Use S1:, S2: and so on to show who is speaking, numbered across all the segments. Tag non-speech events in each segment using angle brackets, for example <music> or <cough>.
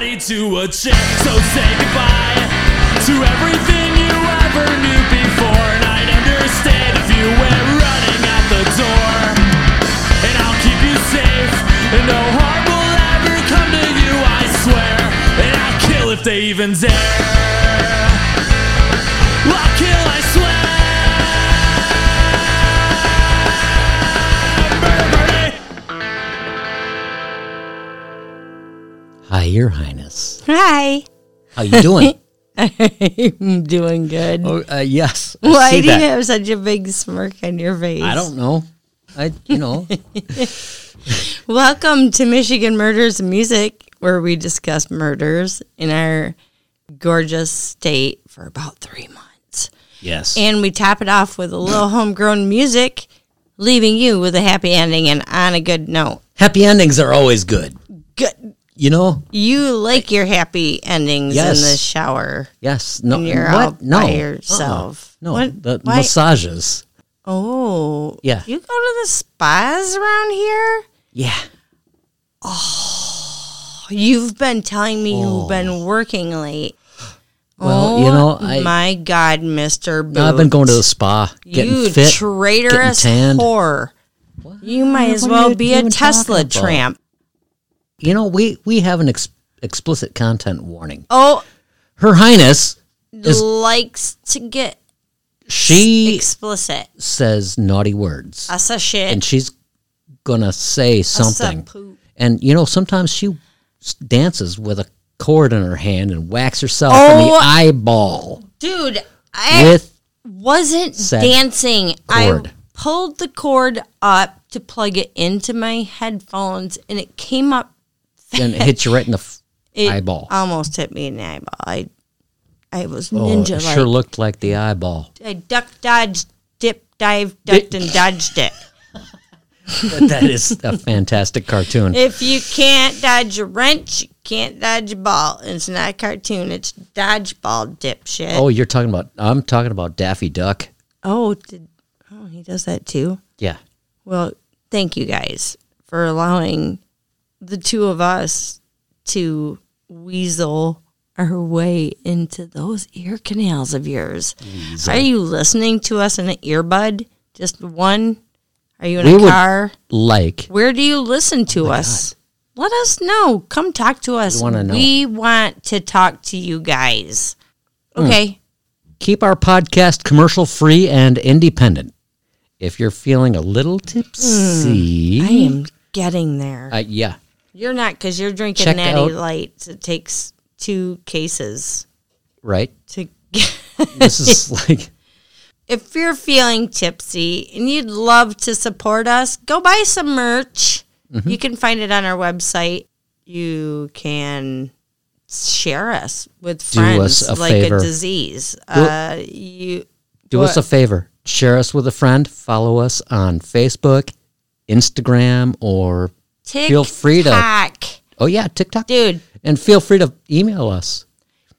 S1: would shit. So say goodbye to everything you ever knew before. And I'd understand if you went running out the door. And I'll keep you safe, and no harm will ever come to you, I swear. And I'll kill if they even dare. I'll kill, I swear. Murder me.
S2: Hi, Your Highness.
S3: Hi.
S2: How you doing?
S3: I'm <laughs> doing good.
S2: <laughs> oh, uh, yes. I
S3: Why
S2: see
S3: do you
S2: that.
S3: have such a big smirk on your face?
S2: I don't know. I, you know,
S3: <laughs> Welcome to Michigan Murders and Music, where we discuss murders in our gorgeous state for about three months.
S2: yes.
S3: And we top it off with a little homegrown music, leaving you with a happy ending and on a good note.
S2: happy endings are always good.
S3: Good.
S2: You know.
S3: You like your happy endings
S2: Yes.
S3: in the shower.
S2: Yes. No.
S3: And you're
S2: what?
S3: out
S2: no.
S3: by
S2: Uh-uh.
S3: yourself.
S2: No.
S3: What?
S2: The
S3: Why-
S2: massages.
S3: Oh.
S2: Yeah.
S3: You go to the spas around here?
S2: Yeah.
S3: You've been telling me you've been working late.
S2: Oh. Well,
S3: oh,
S2: you know, I-
S3: my God, Mister.
S2: I've been going to the spa, getting
S3: you
S2: fit.
S3: traitorous
S2: getting tanned.
S3: whore. You might as
S2: What are
S3: well
S2: you
S3: be a
S2: even
S3: Tesla
S2: talking about?
S3: tramp.
S2: you know, we we have an ex- explicit content warning.
S3: Oh,
S2: Her Highness, Is-
S3: likes to get
S2: she
S3: explicit.
S2: says naughty words,
S3: That's a
S2: and
S3: shit.
S2: she's gonna say something.
S3: poop.
S2: And you know, sometimes she s- dances with a cord in her hand and whacks herself in the
S3: Oh.
S2: eyeball
S3: Dude, I
S2: with
S3: wasn't
S2: said
S3: dancing.
S2: cord.
S3: I pulled the cord up to plug it into my headphones, and it came up
S2: and it hits you right in the f-
S3: It
S2: eyeball.
S3: Almost hit me in the eyeball. I, I was
S2: Oh,
S3: <laughs> ninja
S2: it
S3: like.
S2: sure looked like the
S3: <laughs>
S2: eyeball.
S3: I duck, dodge, dip, dive, ducked, and dodged it.
S2: that is a fantastic
S3: <laughs>
S2: cartoon.
S3: If you can't dodge a wrench, you can't dodge a ball. It's not a cartoon. It's dodgeball, dipshit.
S2: oh, you're talking about? I'm talking about Daffy Duck.
S3: oh, did, oh, he does that too.
S2: Yeah.
S3: Well, thank you guys for allowing the two of us to weasel our way into those ear canals of yours. Are you listening to us in an earbud? Just one? Are you in
S2: We
S3: a
S2: would- Oh
S3: car?
S2: Like
S3: Where do you listen to us? Let us know. Come talk to us.
S2: wanna know.
S3: We want to talk to you guys.
S2: Hmm.
S3: Okay.
S2: keep our podcast commercial free and independent. If you're feeling a little tipsy,
S3: I am getting there.
S2: uh, yeah,
S3: You're not because you're drinking
S2: Check
S3: Natty
S2: out-
S3: Lights. It takes two cases
S2: right.
S3: to. Get, <laughs>
S2: This is like
S3: if you're feeling tipsy and you'd love to support us, go buy some merch.
S2: Mm-hmm.
S3: You can find it on our website. You can share us with
S2: Do us
S3: friends
S2: a
S3: like
S2: favor.
S3: a disease. Uh, you
S2: Do us a favor. Share us with a friend. Follow us on Facebook, Instagram, or
S3: TikTok,
S2: Feel free to- oh yeah, TikTok.
S3: dude.
S2: And feel free to email us.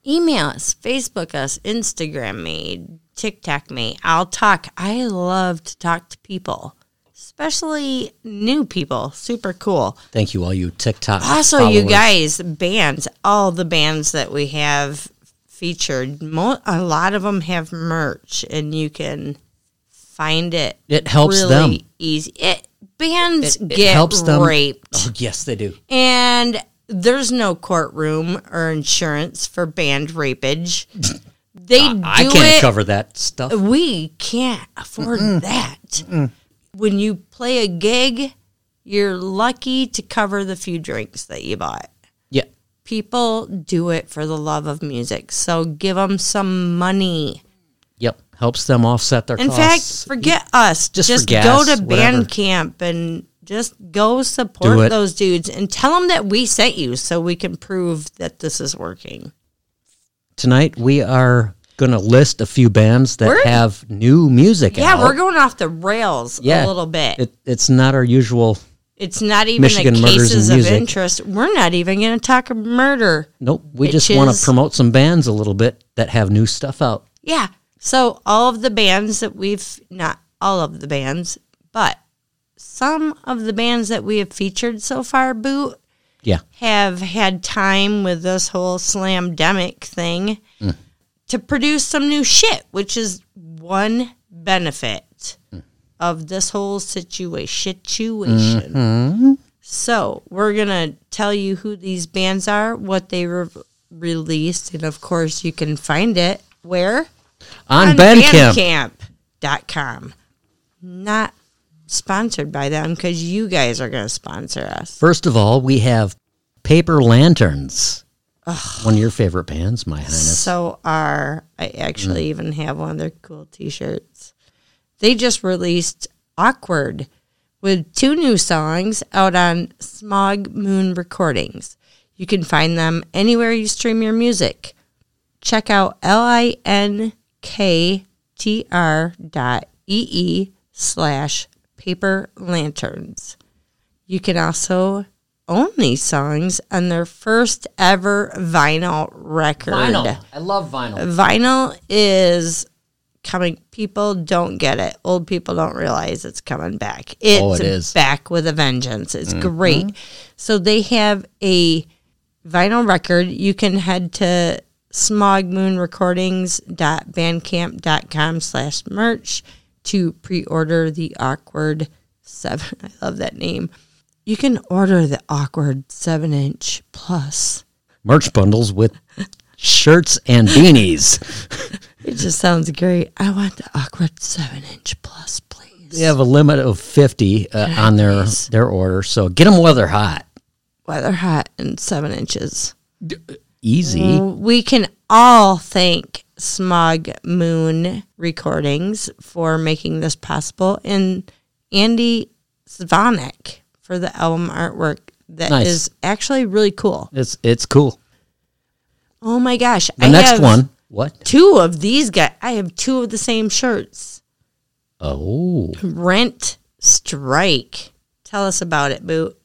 S3: email us, Facebook us, Instagram me, TikTok me. I'll talk. I love to talk to people, especially new people. Super cool.
S2: Thank you, all you TikTok.
S3: Also,
S2: followers.
S3: you guys, bands, all the bands that we have featured, mo- a lot of them have merch, and you can find it.
S2: It helps
S3: really
S2: them.
S3: Easy. It bands
S2: It
S3: get
S2: helps them-
S3: raped.
S2: Oh, <laughs> yes, they do.
S3: And there's no courtroom or insurance for band rapage. They do
S2: I can't
S3: it.
S2: cover that stuff.
S3: We can't afford that. When you play a gig, you're lucky to cover the few drinks that you bought.
S2: Yeah,
S3: People do it for the love of music, so give them some money.
S2: yep. Helps them offset their
S3: In
S2: costs.
S3: fact, forget us.
S2: Just
S3: Just,
S2: for gas,
S3: go to
S2: whatever.
S3: Bandcamp and just go
S2: Do it.
S3: support those dudes and tell them that we sent you so we can prove that this is working.
S2: tonight we are going to list a few bands that
S3: We're-
S2: have new music.
S3: Yeah,
S2: out.
S3: we're going off the rails
S2: Yeah,
S3: a little bit.
S2: It, it's not our usual.
S3: it's not even
S2: Michigan
S3: the
S2: murders
S3: cases
S2: and
S3: of
S2: music.
S3: interest. We're not even going to talk murder.
S2: Nope. We just want
S3: Bitches.
S2: to promote some bands a little bit that have new stuff out.
S3: Yeah. So all of the bands that we've not all of the bands, but some of the bands that we have featured so far, Boot,
S2: Yeah.
S3: have had time with this whole slamdemic thing to produce some new shit, which is one benefit of this whole situa- situation. So we're gonna tell you who these bands are, what they re- released, and of course you can find it where
S2: On, Bandcamp.
S3: Bandcamp.com. Not sponsored by them because you guys are gonna sponsor us.
S2: First of all, we have Paper Lanterns. One of your favorite bands, My Highness.
S3: So are I actually even have one of their cool T-shirts. They just released "Awkward" with two new songs out on Smog Moon Recordings. You can find them anywhere you stream your music. Check out l i n k t r dot e e slash paper lanterns. You can also own these songs on their first ever vinyl record
S2: I love vinyl.
S3: vinyl is coming people don't get it old people don't realize it's coming back it's
S2: Oh, it is. Mm-hmm.
S3: back with a vengeance it's great so they have a vinyl record you can head to smogmoonrecordings.bandcamp.com slash merch to pre-order the awkward seven <laughs> i love that name you can order the awkward seven inch plus
S2: Merch bundles with shirts and <laughs> beanies.
S3: It just sounds great. I want the awkward seven inch plus, please.
S2: They have a limit of 50 uh, on their, their order, so get them while they're hot.
S3: Weather hot and seven inches.
S2: Easy.
S3: We can all thank Smog Moon Recordings for making this possible and Andy Svanek for the album artwork that is
S2: Nice.
S3: actually really cool.
S2: It's it's cool.
S3: Oh my gosh.
S2: The next
S3: have
S2: one. What?
S3: Two of these guys. I have two of the same shirts.
S2: Oh.
S3: Rent Strike. Tell us about it, Boot.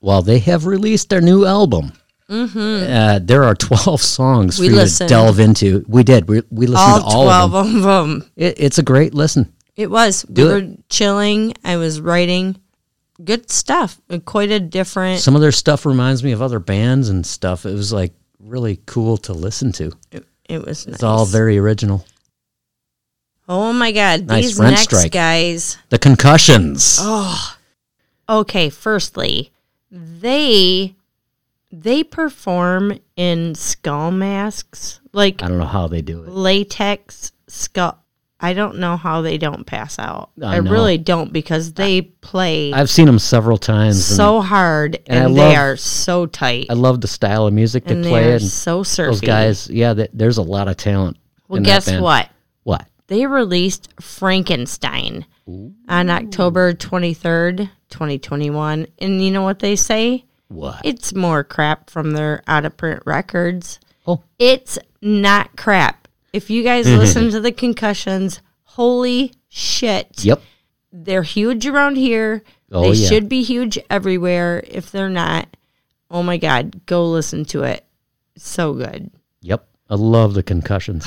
S2: Well, they have released their new album. Mm-hmm. Uh, there are 12 songs
S3: We
S2: for you
S3: listened.
S2: to delve into. We did. We, we listened
S3: All,
S2: to all
S3: 12
S2: of them.
S3: Of them.
S2: It, it's a great listen.
S3: It was.
S2: Do
S3: we
S2: it.
S3: were chilling. I was writing good stuff. Uh, Quite a different.
S2: Some of their stuff reminds me of other bands and stuff. It was like really cool to listen to.
S3: it was nice.
S2: It's all very original.
S3: oh my God.
S2: Nice
S3: These
S2: rent
S3: next
S2: strike.
S3: guys.
S2: The Concussions.
S3: Oh. Okay, firstly, they they perform in skull masks, like
S2: I don't know how they do it.
S3: latex skull. I don't know how they don't pass out.
S2: I
S3: I,
S2: know.
S3: really don't because they play
S2: I've seen them several times. and
S3: so hard
S2: and I
S3: and, they
S2: love-
S3: are so tight.
S2: I love the style of music they
S3: and they
S2: play.
S3: are
S2: And
S3: so surfy.
S2: those guys, yeah, they, there's a lot of talent.
S3: Well,
S2: in that
S3: guess
S2: band.
S3: what?
S2: What?
S3: They released Frankenstein on October 23rd, 2021. And you know what they say?
S2: What?
S3: It's more crap from their out of print records.
S2: oh,
S3: It's not crap. If you guys
S2: Mm-hmm.
S3: listen to the concussions, holy shit.
S2: yep.
S3: They're huge around here.
S2: Oh,
S3: they
S2: yeah.
S3: should be huge everywhere. If they're not, oh my God, go listen to it. So good.
S2: Yep. I love the
S3: <sighs>
S2: concussions.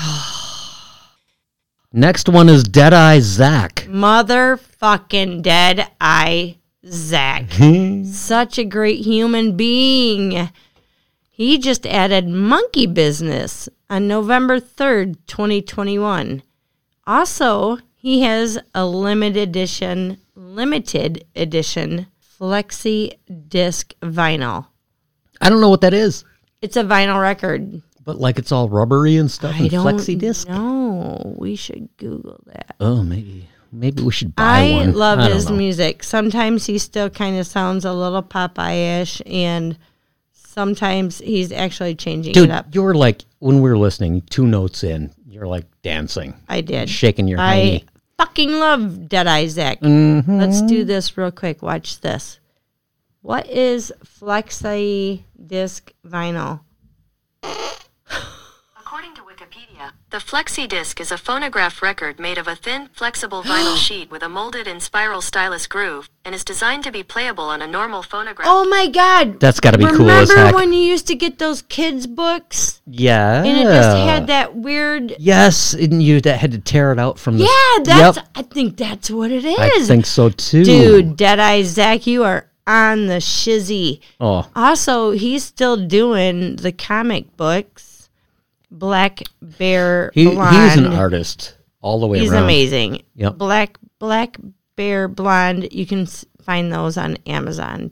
S2: Next one is Deadeye Zach.
S3: motherfucking dead eye Zach.
S2: Hmm?
S3: Such a great human being. He just added monkey business on November 3rd, 2021. Also, he has a limited edition, limited edition flexi disc vinyl.
S2: I don't know what that is,
S3: It's a vinyl record.
S2: but like it's all rubbery and stuff
S3: I
S2: and
S3: don't
S2: flexi disc.
S3: know. We should Google that.
S2: Oh, maybe maybe we should buy
S3: I
S2: one.
S3: love
S2: don't
S3: his
S2: know.
S3: music. Sometimes he still kind of sounds a little Popeye-ish, and sometimes he's actually changing
S2: Dude,
S3: it up.
S2: you're like when we were listening, two notes in, you're like dancing,
S3: I did.
S2: shaking your
S3: I
S2: hiney.
S3: fucking love Dead Isaac.
S2: Mm-hmm.
S3: Let's do this real quick. Watch this. What is flexi disc vinyl?
S4: According to Wikipedia, the flexi disc is a phonograph record made of a thin, flexible vinyl sheet with a molded and spiral stylus groove, and is designed to be playable on a normal phonograph.
S3: Oh my god!
S2: That's got to be
S3: Remember
S2: cool as heck.
S3: when you used to get those kids' books
S2: yeah.
S3: and it just had that weird?
S2: Yes, and you that had to tear it out from the.
S3: Yeah, that's.
S2: Yep,
S3: I think that's what it
S2: I
S3: is.
S2: think so too.
S3: Dude, Deadeye Zach, you are on the shizzy.
S2: Oh,
S3: Also, he's still doing the comic books. Black Bear
S2: he,
S3: Blonde.
S2: he's an artist all the way
S3: He's
S2: around.
S3: amazing.
S2: Yep.
S3: Black Black Bear Blonde. You can s- find those on Amazon.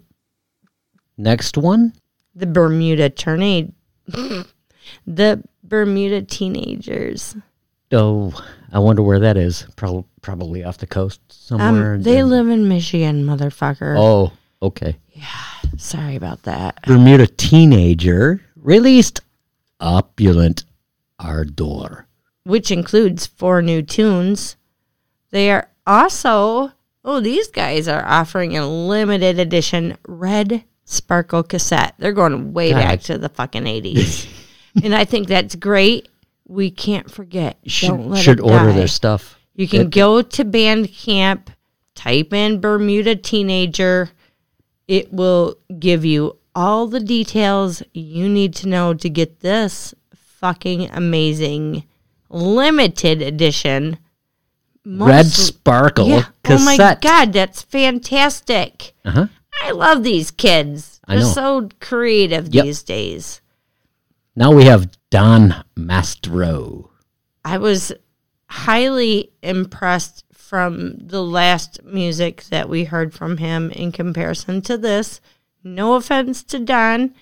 S2: Next one,
S3: The Bermuda Tornado. <laughs> the Bermuda Teenagers.
S2: oh, I wonder where that is. Prob- probably off the coast somewhere.
S3: Um, they
S2: in-
S3: live in Michigan, motherfucker.
S2: Oh, okay.
S3: Sorry about that.
S2: Bermuda teenager released opulent ardor.
S3: Which includes four new tunes. They are also oh, these guys are offering a limited edition red sparkle cassette. They're going way
S2: God.
S3: back to the
S2: <laughs>
S3: fucking eighties. and I think that's great. We can't forget. Don't
S2: Should,
S3: let
S2: should
S3: it
S2: order
S3: die.
S2: their stuff.
S3: You can go to Bandcamp, type in Bermuda Teenager. It will give you all the details you need to know to get this fucking amazing limited edition
S2: Red
S3: most-
S2: Sparkle
S3: yeah.
S2: cassette.
S3: Oh my god, that's fantastic.
S2: Uh-huh.
S3: I love these kids.
S2: I
S3: They're
S2: know.
S3: so creative
S2: Yep.
S3: these days.
S2: Now we have Don Mastro.
S3: I was highly impressed from the last music that we heard from him in comparison to this. No offense to Don.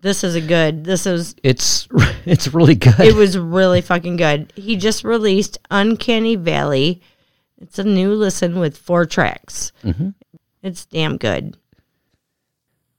S3: This is a good. This is
S2: It's <laughs> it's really good.
S3: it was really fucking good. He just released Uncanny Valley. It's a new listen with four tracks. It's damn good.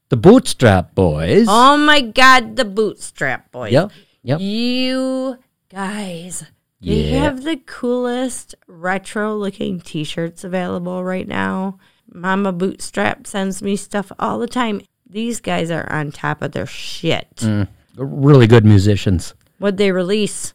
S2: the Bootstrap Boys.
S3: Oh my god, the Bootstrap Boys.
S2: Yep. Yep.
S3: You guys, they
S2: Yeah.
S3: have the coolest retro looking t shirts available right now. Mama Bootstrap sends me stuff all the time. These guys are on top of their shit.
S2: Mm. Really good musicians.
S3: What'd they release?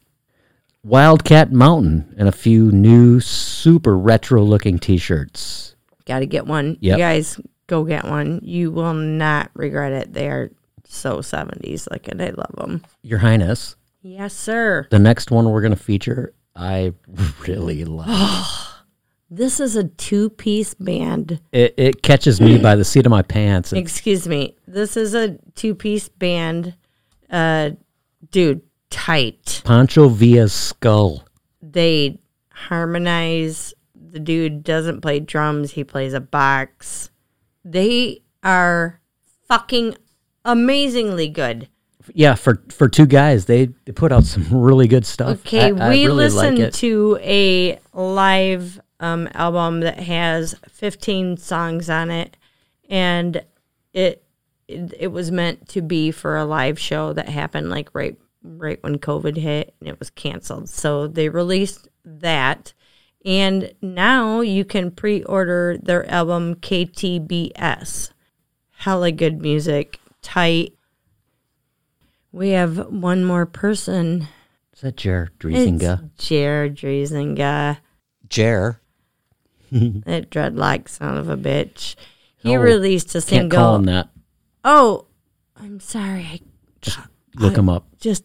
S2: Wildcat Mountain and a few new super retro looking t-shirts.
S3: Gotta get one. You
S2: Yep.
S3: guys go get one. You will not regret it. They are so 70s looking. I love them.
S2: Your Highness,
S3: Yes, sir.
S2: the next one we're going to feature I <laughs> really love.
S3: This is a two piece band.
S2: it, it catches me by the seat of my pants. and
S3: Excuse me. This is a two piece band. Uh, dude, tight.
S2: Pancho Villa's skull.
S3: They harmonize. The dude doesn't play drums, he plays a box. They are fucking amazingly good.
S2: Yeah, for for two guys, they, they put out some <laughs> really good stuff.
S3: Okay,
S2: I- I
S3: we
S2: really
S3: listened
S2: like it.
S3: to a live um, album that has 15 songs on it, and it, it it was meant to be for a live show that happened like right right when COVID hit, and it was canceled. So they released that, and now you can pre-order their album KTBS. Hella good music, tight. We have one more person.
S2: Is that Jer
S3: It's
S2: Driesinga?
S3: Jared Driesinga,
S2: Jer.
S3: <laughs> that dreadlock son of a bitch. He
S2: No,
S3: released a
S2: Can't call him
S3: single.
S2: that.
S3: Oh, I'm sorry. I
S2: Just look him up.
S3: just,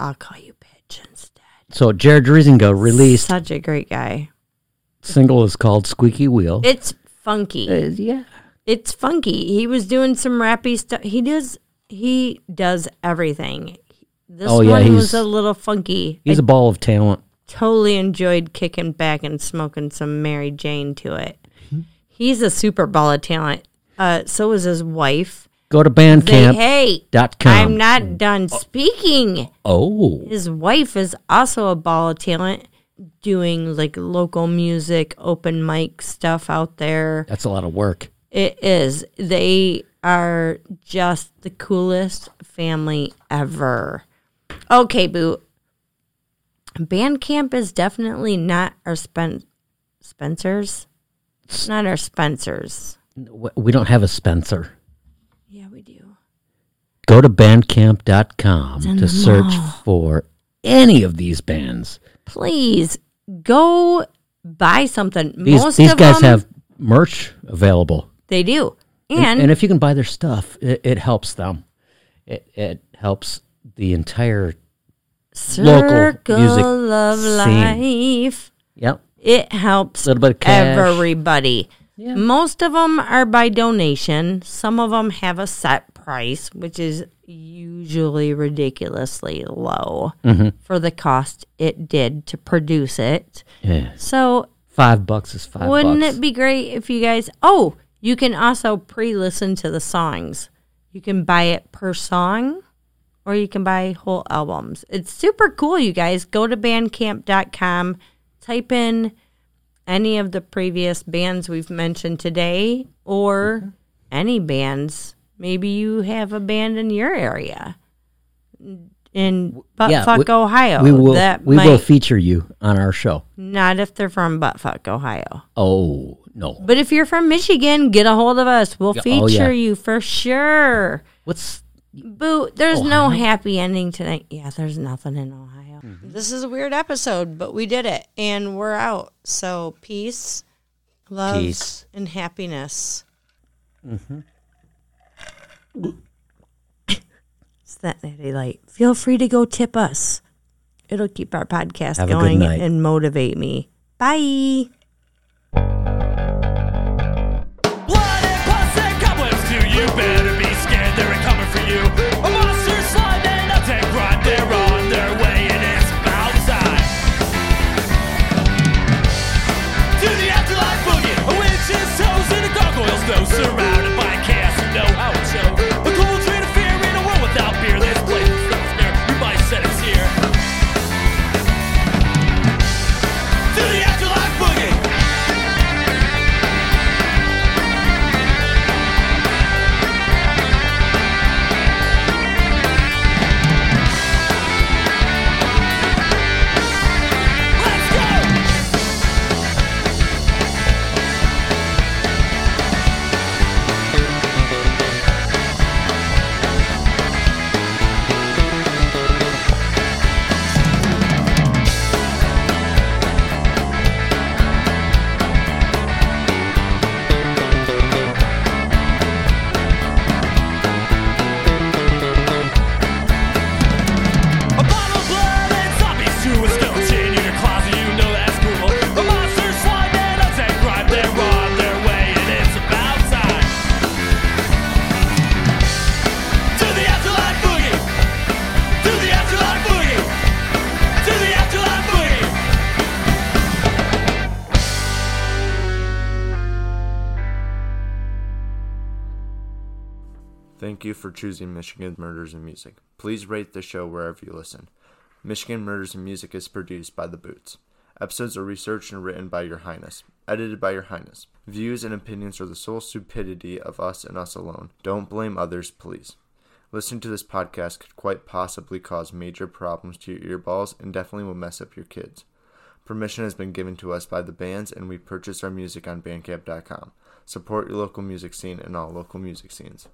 S3: I'll call you bitch instead.
S2: So Jer Driesinga released
S3: Such a great guy.
S2: single is called Squeaky Wheel.
S3: It's funky.
S2: Uh, yeah.
S3: it's funky. He was doing some rappy stuff. He does. He does everything. This
S2: Oh,
S3: one
S2: yeah,
S3: was
S2: he's-
S3: a little funky. I
S2: He's a ball of talent.
S3: totally enjoyed kicking back and smoking some Mary Jane to it.
S2: Mm-hmm.
S3: He's a super ball of talent. Uh, so is his wife.
S2: Go to
S3: They,
S2: Bandcamp.
S3: hey,
S2: dot com.
S3: I'm not done speaking.
S2: oh.
S3: His wife is also a ball of talent, doing like local music, open mic stuff out there.
S2: That's a lot of work.
S3: It is. They are just the coolest family ever. Okay, Boo. Bandcamp is definitely not our Spen- Spencer's. It's not our Spencer's.
S2: W- We don't have a Spencer.
S3: Yeah, we do.
S2: Go to bandcamp.com to search for any of these bands.
S3: Please go buy something.
S2: These
S3: Most
S2: these
S3: of
S2: guys
S3: them,
S2: have merch available.
S3: They do.
S2: And,
S3: And,
S2: and if you can buy their stuff, it, it helps them. It, it helps the entire.
S3: Circle
S2: music
S3: of
S2: scene.
S3: Life.
S2: Yep.
S3: It helps
S2: Little bit of cash.
S3: everybody.
S2: Yeah.
S3: Most of them are by donation. Some of them have a set price, which is usually ridiculously low
S2: Mm-hmm.
S3: for the cost it did to produce it.
S2: Yeah.
S3: So,
S2: Five bucks is 5
S3: wouldn't
S2: bucks.
S3: it be great if you guys? Oh, you can also pre-listen to the songs. You can buy it per song, or you can buy whole albums. It's super cool, you guys. Go to Bandcamp.com, type in any of the previous bands we've mentioned today, or
S2: Mm-hmm.
S3: any bands. Maybe you have a band in your area in Buttfuck,
S2: we-
S3: Ohio.
S2: We will.
S3: Oh, that
S2: we
S3: might
S2: will feature you on our show.
S3: not if they're from Buttfuck, Ohio.
S2: Oh no!
S3: But if you're from Michigan, get a hold of us. We'll
S2: Yeah,
S3: feature
S2: oh, yeah.
S3: you for sure.
S2: What's
S3: Boo, there's
S2: Oh,
S3: no happy ending tonight. Yeah, there's nothing in Ohio. Mm-hmm. This is a weird episode, but we did it and we're out. So peace, love,
S2: Peace. Mm-hmm.
S3: and happiness. it's that natty light. Feel free to go tip us, it'll keep our podcast
S2: Have a good
S3: going
S2: night.
S3: and motivate me. Bye.
S1: Blood and pus and cobwebs do you better be scared they're coming for you. A monster slime and a tank rot, they're on their way and it's about time. To the afterlife boogie, a witch's toes and a gargoyle's nose, surrounded by chaos you know how it show. A cold train of fear in a world without beer, this place is not fair, you might set us here. To the afterlife boogie. Let's go! A bottle of blood and zombies to a skeleton in your closet, you know that's cool. A monster slime and a tank ride, they're on their way, and it's about time. To the afterlife boogie! To the afterlife boogie! To the afterlife boogie!
S5: Thank you for choosing Michigan Murders and Music. Please rate the show wherever you listen. Michigan Murders and Music is produced by The Boots. Episodes are researched and written by Your Highness, edited by Your Highness. Views and opinions are the sole stupidity of us and us alone. Don't blame others, please. Listening to this podcast could quite possibly cause major problems to your earballs and definitely will mess up your kids. Permission has been given to us by the bands, and we purchase our music on Bandcamp.com. Support your local music scene and all local music scenes.